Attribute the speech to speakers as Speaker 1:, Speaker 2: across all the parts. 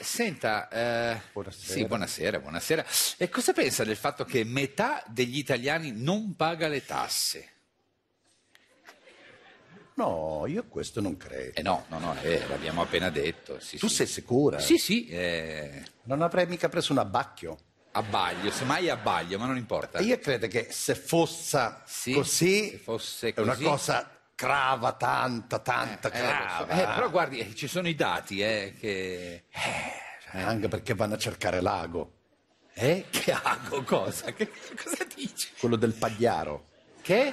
Speaker 1: Senta, eh, sì, buonasera, buonasera. E cosa pensa del fatto che metà degli italiani non paga le tasse?
Speaker 2: No, io questo non credo.
Speaker 1: Eh no, no, no, eh, l'abbiamo appena detto. Sì,
Speaker 2: Tu
Speaker 1: sì.
Speaker 2: sei sicura?
Speaker 1: Sì, sì, eh,
Speaker 2: Non avrei mica preso un abbacchio.
Speaker 1: abbaglio, semmai abbaglio, ma non importa.
Speaker 2: E Io credo che se fosse
Speaker 1: Sì,
Speaker 2: così,
Speaker 1: se fosse
Speaker 2: è una
Speaker 1: così.
Speaker 2: cosa crava, tanta, tanta
Speaker 1: Eh, lo so.
Speaker 2: crava.
Speaker 1: Eh, però guardi, eh, ci sono i dati, eh, che...
Speaker 2: Cioè, Anche perché vanno a cercare l'ago,
Speaker 1: Eh, che ago, cosa? Che, cosa dice?
Speaker 2: quello del pagliaro.
Speaker 1: Che?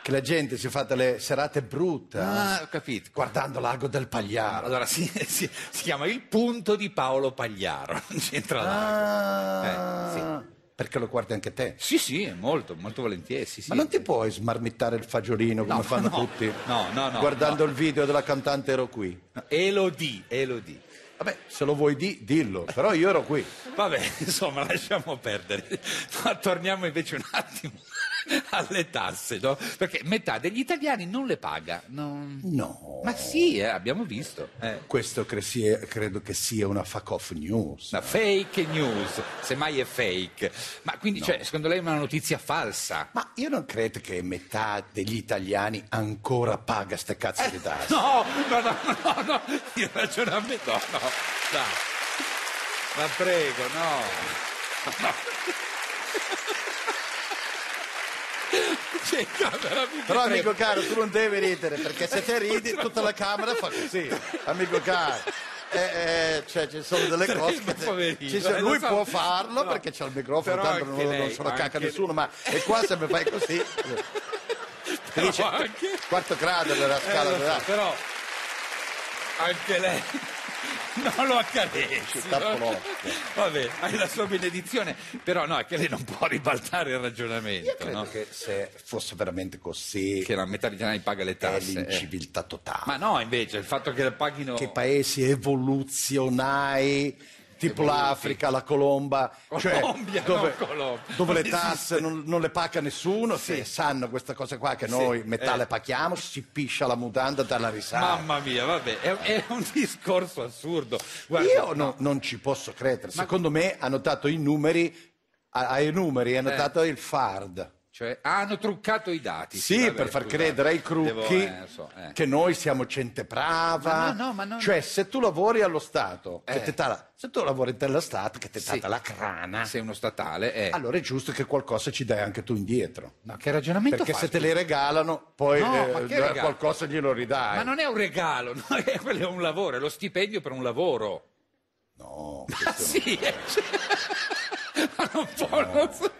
Speaker 2: Che la gente si fa delle serate brutte
Speaker 1: Ah, ho capito.
Speaker 2: guardando l'ago del pagliaro.
Speaker 1: Allora si, si- si chiama Il punto di Paolo Pagliaro, non c'entra l'altro. Eh,
Speaker 2: Ah, Perché lo guardi anche te.
Speaker 1: Sì, sì, molto, molto volentieri. Sì, sì.
Speaker 2: Ma non ti puoi smarmittare il fagiolino come
Speaker 1: No,
Speaker 2: fanno
Speaker 1: no,
Speaker 2: tutti?
Speaker 1: no, no, no,
Speaker 2: Guardando il video della cantante ero qui.
Speaker 1: Elodie, Elodie.
Speaker 2: Vabbè, se lo vuoi di, dillo, però io ero qui.
Speaker 1: Vabbè, insomma, lasciamo perdere. Ma torniamo invece un attimo alle tasse, no? Perché metà degli italiani non le paga. non-
Speaker 2: No.
Speaker 1: Ma sì, eh, abbiamo visto. eh.
Speaker 2: Questo cre- sia- credo che sia una fuck off news.
Speaker 1: Una fake news, semmai è fake. Ma quindi, cioè, secondo lei è una notizia falsa?
Speaker 2: Ma io non credo che metà degli italiani ancora paga ste cazzo
Speaker 1: Eh,
Speaker 2: di tasse.
Speaker 1: No, no, no, no, no, il ragionamento, no, no, dai. La prego, no. No. C'è in camera, mi
Speaker 2: Però
Speaker 1: prego.
Speaker 2: amico caro, tu non devi ridere, perché se te ridi tutta la camera fa così, amico caro. Eh, eh, cioè ci sono delle cose che
Speaker 1: Poverino,
Speaker 2: ci sono-
Speaker 1: eh, lo
Speaker 2: lui
Speaker 1: so.
Speaker 2: può farlo
Speaker 1: No.
Speaker 2: perché c'ha il microfono,
Speaker 1: Però
Speaker 2: tanto non,
Speaker 1: anche
Speaker 2: non
Speaker 1: lei,
Speaker 2: se lo cacca
Speaker 1: anche-
Speaker 2: nessuno, ma e qua se mi fai così. Ti
Speaker 1: Però
Speaker 2: dice,
Speaker 1: anche-
Speaker 2: quarto grado della
Speaker 1: Eh,
Speaker 2: scala
Speaker 1: lo so,
Speaker 2: della-
Speaker 1: però anche lei non lo accarezzi.
Speaker 2: Ci
Speaker 1: no?
Speaker 2: tappo l'occhio.
Speaker 1: Vabbè, hai la sua benedizione, però no, è che lei non può ribaltare il ragionamento,
Speaker 2: Io credo
Speaker 1: no?
Speaker 2: che se fosse veramente così
Speaker 1: Che la metà degli italiani paga le
Speaker 2: è
Speaker 1: tasse. eh.
Speaker 2: l'inciviltà totale.
Speaker 1: Ma no, invece, il fatto che le paghino...
Speaker 2: che paesi evoluzionai tipo
Speaker 1: Evoluti.
Speaker 2: l'Africa, la Colomba, cioè
Speaker 1: Colombia,
Speaker 2: dove,
Speaker 1: non Colomba.
Speaker 2: dove
Speaker 1: Non
Speaker 2: le tasse non, non le paga nessuno,
Speaker 1: Sì.
Speaker 2: se sanno questa cosa qua che noi metà
Speaker 1: eh.
Speaker 2: le paghiamo, si piscia la mutanda dalla risata.
Speaker 1: Mamma mia, vabbè, è, è un discorso assurdo. Guarda,
Speaker 2: Io no- non ci posso credere, secondo me hanno dato i numeri, a- ai numeri
Speaker 1: Eh.
Speaker 2: hanno dato il FARD.
Speaker 1: cioè, hanno truccato i dati.
Speaker 2: Sì,
Speaker 1: vabbè,
Speaker 2: per far
Speaker 1: scusate.
Speaker 2: credere ai crucchi
Speaker 1: Devo, eh, lo so, eh.
Speaker 2: che noi siamo gente brava.
Speaker 1: Ma no, no, ma no,
Speaker 2: cioè,
Speaker 1: no.
Speaker 2: se tu lavori allo Stato, che
Speaker 1: Eh.
Speaker 2: ti dà- se tu lavori dello Stato che ti
Speaker 1: Sì.
Speaker 2: dà la crana,
Speaker 1: Sei uno statale, eh.
Speaker 2: allora è giusto che qualcosa ci dai anche tu indietro.
Speaker 1: No, che ragionamento
Speaker 2: Perché
Speaker 1: fa?
Speaker 2: se te le regalano, poi
Speaker 1: No,
Speaker 2: eh,
Speaker 1: ma che
Speaker 2: eh,
Speaker 1: regalo?
Speaker 2: qualcosa glielo ridai.
Speaker 1: Ma non è un regalo, no? Eh, quello è un lavoro, è lo stipendio per un lavoro.
Speaker 2: No,
Speaker 1: Ah,
Speaker 2: questo no.
Speaker 1: sì, eh, cioè, ma non può... non so.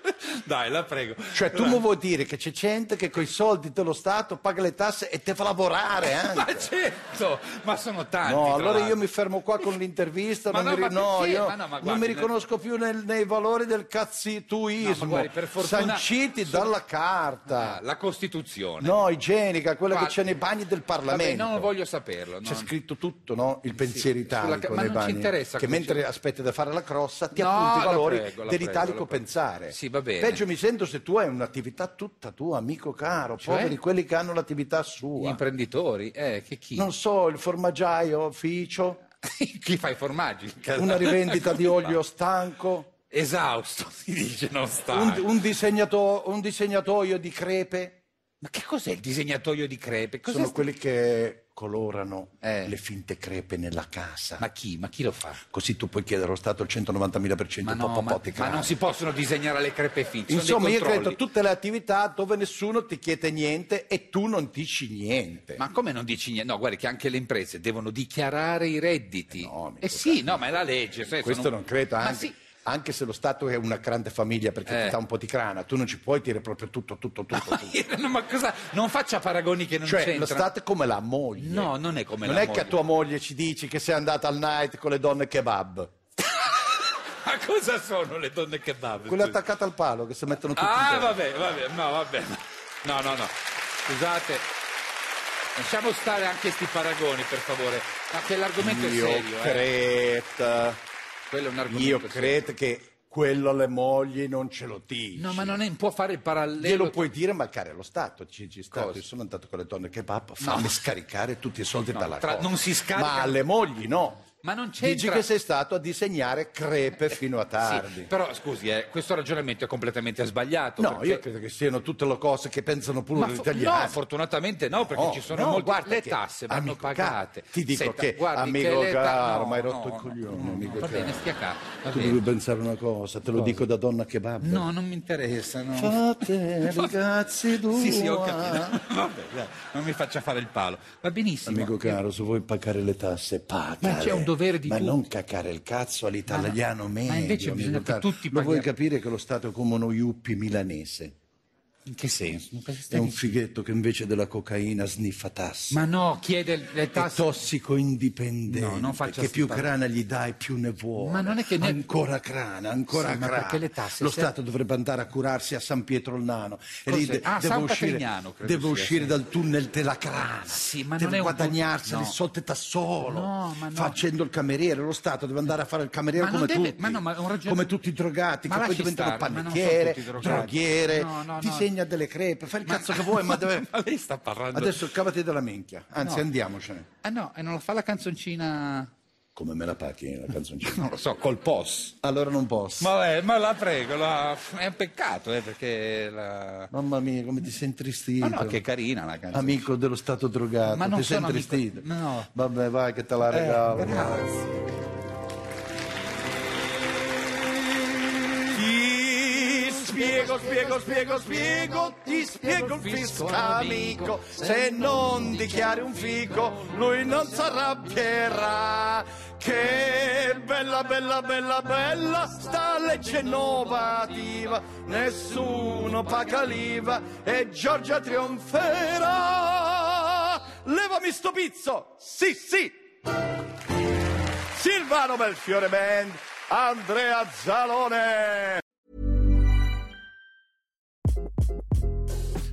Speaker 1: Dai, la prego.
Speaker 2: Cioè, tu mi vuoi dire che c'è gente che con i soldi dello Stato paga le tasse e te fa lavorare eh? anche?
Speaker 1: Ma certo, ma sono tanti.
Speaker 2: No,
Speaker 1: tra
Speaker 2: allora
Speaker 1: l'altro.
Speaker 2: io mi fermo qua con l'intervista,
Speaker 1: Ma no,
Speaker 2: non, mi, ri-
Speaker 1: ma
Speaker 2: no,
Speaker 1: perché?
Speaker 2: io
Speaker 1: Ma no, ma
Speaker 2: non
Speaker 1: guardi,
Speaker 2: mi
Speaker 1: nel-
Speaker 2: riconosco più nel- nei valori del
Speaker 1: No,
Speaker 2: cazzituismo,
Speaker 1: ma guardi, per fortuna-
Speaker 2: sanciti dalla carta,
Speaker 1: Ah, La Costituzione.
Speaker 2: no, igienica, quella
Speaker 1: Guarda-
Speaker 2: che c'è nei bagni del
Speaker 1: Vabbè,
Speaker 2: Parlamento.
Speaker 1: non voglio saperlo.
Speaker 2: C'è
Speaker 1: no.
Speaker 2: scritto tutto, no? Il pensiero
Speaker 1: sulla
Speaker 2: italico
Speaker 1: ca- ma
Speaker 2: nei
Speaker 1: non ci
Speaker 2: bagni.
Speaker 1: interessa
Speaker 2: che
Speaker 1: cosa
Speaker 2: mentre
Speaker 1: c'è.
Speaker 2: aspetti da fare la crossa ti
Speaker 1: No,
Speaker 2: appunti i
Speaker 1: la
Speaker 2: valori
Speaker 1: prego, la
Speaker 2: dell'italico
Speaker 1: prego, la prego.
Speaker 2: pensare.
Speaker 1: Sì, va bene.
Speaker 2: Peggio mi sento se tu hai un'attività tutta tua, amico caro,
Speaker 1: Cioè?
Speaker 2: poveri quelli che hanno l'attività
Speaker 1: Gli
Speaker 2: sua.
Speaker 1: imprenditori, eh, che chi?
Speaker 2: Non so, il formaggiaio, ufficio,
Speaker 1: chi fa i formaggi?
Speaker 2: una rivendita di olio stanco,
Speaker 1: Esausto, si dice, non sta.
Speaker 2: un, un disegnato- un disegnatoio di crepe.
Speaker 1: Ma che cos'è il disegnatoio di crepe? Cos'è
Speaker 2: Sono
Speaker 1: sta-
Speaker 2: quelli che colorano
Speaker 1: Eh.
Speaker 2: le finte crepe nella casa.
Speaker 1: Ma chi? Ma chi lo fa?
Speaker 2: Così tu puoi chiedere allo Stato il 190.000%
Speaker 1: Ma, no, ma, ma non si possono disegnare le crepe fitte. sono dei
Speaker 2: Insomma, io
Speaker 1: controlli.
Speaker 2: credo tutte le attività dove nessuno ti chiede niente e tu non dici niente.
Speaker 1: Ma come non dici niente? No, guardi che anche le imprese devono dichiarare i redditi.
Speaker 2: no, mi
Speaker 1: eh sì, no, ma è la legge. sai,
Speaker 2: Questo
Speaker 1: sono-
Speaker 2: non credo,
Speaker 1: Ma
Speaker 2: anche,
Speaker 1: sì.
Speaker 2: anche se lo Stato è una grande famiglia perché
Speaker 1: Eh.
Speaker 2: ti dà un po' di crana, tu non ci puoi dire proprio tutto, tutto, tutto. tutto.
Speaker 1: No, ma cosa? Non faccia paragoni che non
Speaker 2: Cioè,
Speaker 1: c'entrano.
Speaker 2: lo Stato è come la moglie.
Speaker 1: No, non è come
Speaker 2: Non
Speaker 1: la
Speaker 2: è
Speaker 1: moglie.
Speaker 2: che a tua moglie ci dici che sei andata al night con le donne kebab.
Speaker 1: Ma cosa sono le donne kebab?
Speaker 2: Quelle
Speaker 1: scusi?
Speaker 2: attaccate al palo che si mettono tutti
Speaker 1: Ah,
Speaker 2: insieme.
Speaker 1: vabbè, vabbè, no, vabbè. No, no, no. Scusate. Lasciamo stare anche sti paragoni, per favore. Ma che l'argomento
Speaker 2: Io
Speaker 1: è serio, eh.
Speaker 2: credo,
Speaker 1: Quello è un argomento
Speaker 2: io
Speaker 1: serio.
Speaker 2: credo che quello alle mogli non ce lo dici.
Speaker 1: No, ma non è, può fare il
Speaker 2: Glielo
Speaker 1: parallelo.
Speaker 2: puoi dire magari allo Stato, ci, ci Stato,
Speaker 1: Cosa?
Speaker 2: io sono andato con le donne kebab, fammi scaricare tutti i soldi
Speaker 1: No,
Speaker 2: dalla
Speaker 1: tra-
Speaker 2: cosa.
Speaker 1: non si scarica-
Speaker 2: Ma alle mogli no.
Speaker 1: Ma non
Speaker 2: Dici
Speaker 1: c'entra. Eh,
Speaker 2: che sei stato a disegnare crepe fino a tardi.
Speaker 1: Sì, però scusi, eh, questo ragionamento è completamente sbagliato.
Speaker 2: No,
Speaker 1: perché-
Speaker 2: io credo che siano tutte le cose che pensano pure
Speaker 1: Ma
Speaker 2: gli
Speaker 1: fo-
Speaker 2: italiani.
Speaker 1: No, fortunatamente no, perché
Speaker 2: No,
Speaker 1: ci sono
Speaker 2: no,
Speaker 1: molte
Speaker 2: guarda
Speaker 1: le
Speaker 2: che-
Speaker 1: tasse vanno
Speaker 2: amico
Speaker 1: pagate.
Speaker 2: Gar, ti dico
Speaker 1: Senta,
Speaker 2: che,
Speaker 1: guardi
Speaker 2: amico
Speaker 1: le ta-
Speaker 2: Gar,
Speaker 1: no,
Speaker 2: m'hai rotto
Speaker 1: no,
Speaker 2: il coglione,
Speaker 1: no,
Speaker 2: amico
Speaker 1: Va
Speaker 2: Gar.
Speaker 1: bene, stia calmo, va
Speaker 2: Tu
Speaker 1: bene.
Speaker 2: devi pensare una cosa, te lo dico da donna kebab.
Speaker 1: No, non mi interessa. no.
Speaker 2: Fate ragazzi due.
Speaker 1: Sì, sì, ho capito. Vabbè, dai, non mi faccia fare il palo. Va benissimo.
Speaker 2: Amico caro, se vuoi pagare le tasse, paga.
Speaker 1: Ma c'è un dovere di
Speaker 2: Ma
Speaker 1: tutti.
Speaker 2: non cacare il cazzo all'italiano medio.
Speaker 1: invece
Speaker 2: amico
Speaker 1: bisogna che
Speaker 2: caro.
Speaker 1: tutti
Speaker 2: Lo vuoi
Speaker 1: paghiamo.
Speaker 2: capire che lo Stato è come uno yuppie milanese?
Speaker 1: In che senso? Ma cosa
Speaker 2: È
Speaker 1: stai
Speaker 2: un
Speaker 1: dicendo?
Speaker 2: fighetto che invece della cocaina sniffa tasse.
Speaker 1: Ma no, chiede le
Speaker 2: È
Speaker 1: tasse.
Speaker 2: tossico indipendente.
Speaker 1: No, non faccia
Speaker 2: che più
Speaker 1: sti par-
Speaker 2: crana gli dai, più ne vuole.
Speaker 1: Ma non è che ne-
Speaker 2: Ancora crana, ancora
Speaker 1: Sì, ma
Speaker 2: crana.
Speaker 1: perché le tasse
Speaker 2: Lo
Speaker 1: se-
Speaker 2: Stato dovrebbe andare a curarsi a San Pietro il Nano. E
Speaker 1: Cos'è?
Speaker 2: lì de-
Speaker 1: Ah,
Speaker 2: deve
Speaker 1: San
Speaker 2: uscire,
Speaker 1: Patrignano, credo
Speaker 2: deve
Speaker 1: sia,
Speaker 2: uscire
Speaker 1: sì.
Speaker 2: dal tunnel della crana.
Speaker 1: Sì, ma
Speaker 2: deve
Speaker 1: non è un bu-
Speaker 2: guadagnarseli
Speaker 1: no.
Speaker 2: il soldi da solo.
Speaker 1: No, ma no.
Speaker 2: Facendo il cameriere. Lo Stato deve andare a fare il cameriere
Speaker 1: Ma non
Speaker 2: come
Speaker 1: deve-
Speaker 2: tutti.
Speaker 1: ma no, ma è un ragion-
Speaker 2: Come tutti i drogati
Speaker 1: Ma
Speaker 2: che poi
Speaker 1: lasci
Speaker 2: diventano
Speaker 1: stare, ma non sono
Speaker 2: panettiere,
Speaker 1: tutti drogati.
Speaker 2: droghiere.
Speaker 1: No, no, no.
Speaker 2: Disegna delle crepe, fai il cazzo che vuoi, ma deve...
Speaker 1: oh, Ma lei sta parlando.
Speaker 2: Adesso cavati dalla minchia, anzi
Speaker 1: No.
Speaker 2: andiamocene.
Speaker 1: Ah no, e non la fa la canzoncina.
Speaker 2: Come me la paghi la canzoncina?
Speaker 1: Non lo so, col POS.
Speaker 2: allora non posso.
Speaker 1: Ma, vabbè, ma la prego, la- è un peccato eh, perché la...
Speaker 2: Mamma mia, come ti sei intristito.
Speaker 1: Ma no, che carina la canzone.
Speaker 2: Amico dello stato drogato,
Speaker 1: Ma non
Speaker 2: ti sei
Speaker 1: sono amico-
Speaker 2: intristito.
Speaker 1: ma no.
Speaker 2: Vabbè, vai che te la
Speaker 1: Eh,
Speaker 2: regalo.
Speaker 1: grazie.
Speaker 2: Ti spiego, spiego, spiego, spiego, ti spiego il fisco, amico. Se non dichiari un fico, lui non si arrabbierà. Che bella, bella, bella, bella sta legge innovativa. Nessuno paga l'IVA e Giorgia trionferà. Levami sto pizzo, sì, sì. Silvano Belfiore Band, Andrea Zalone.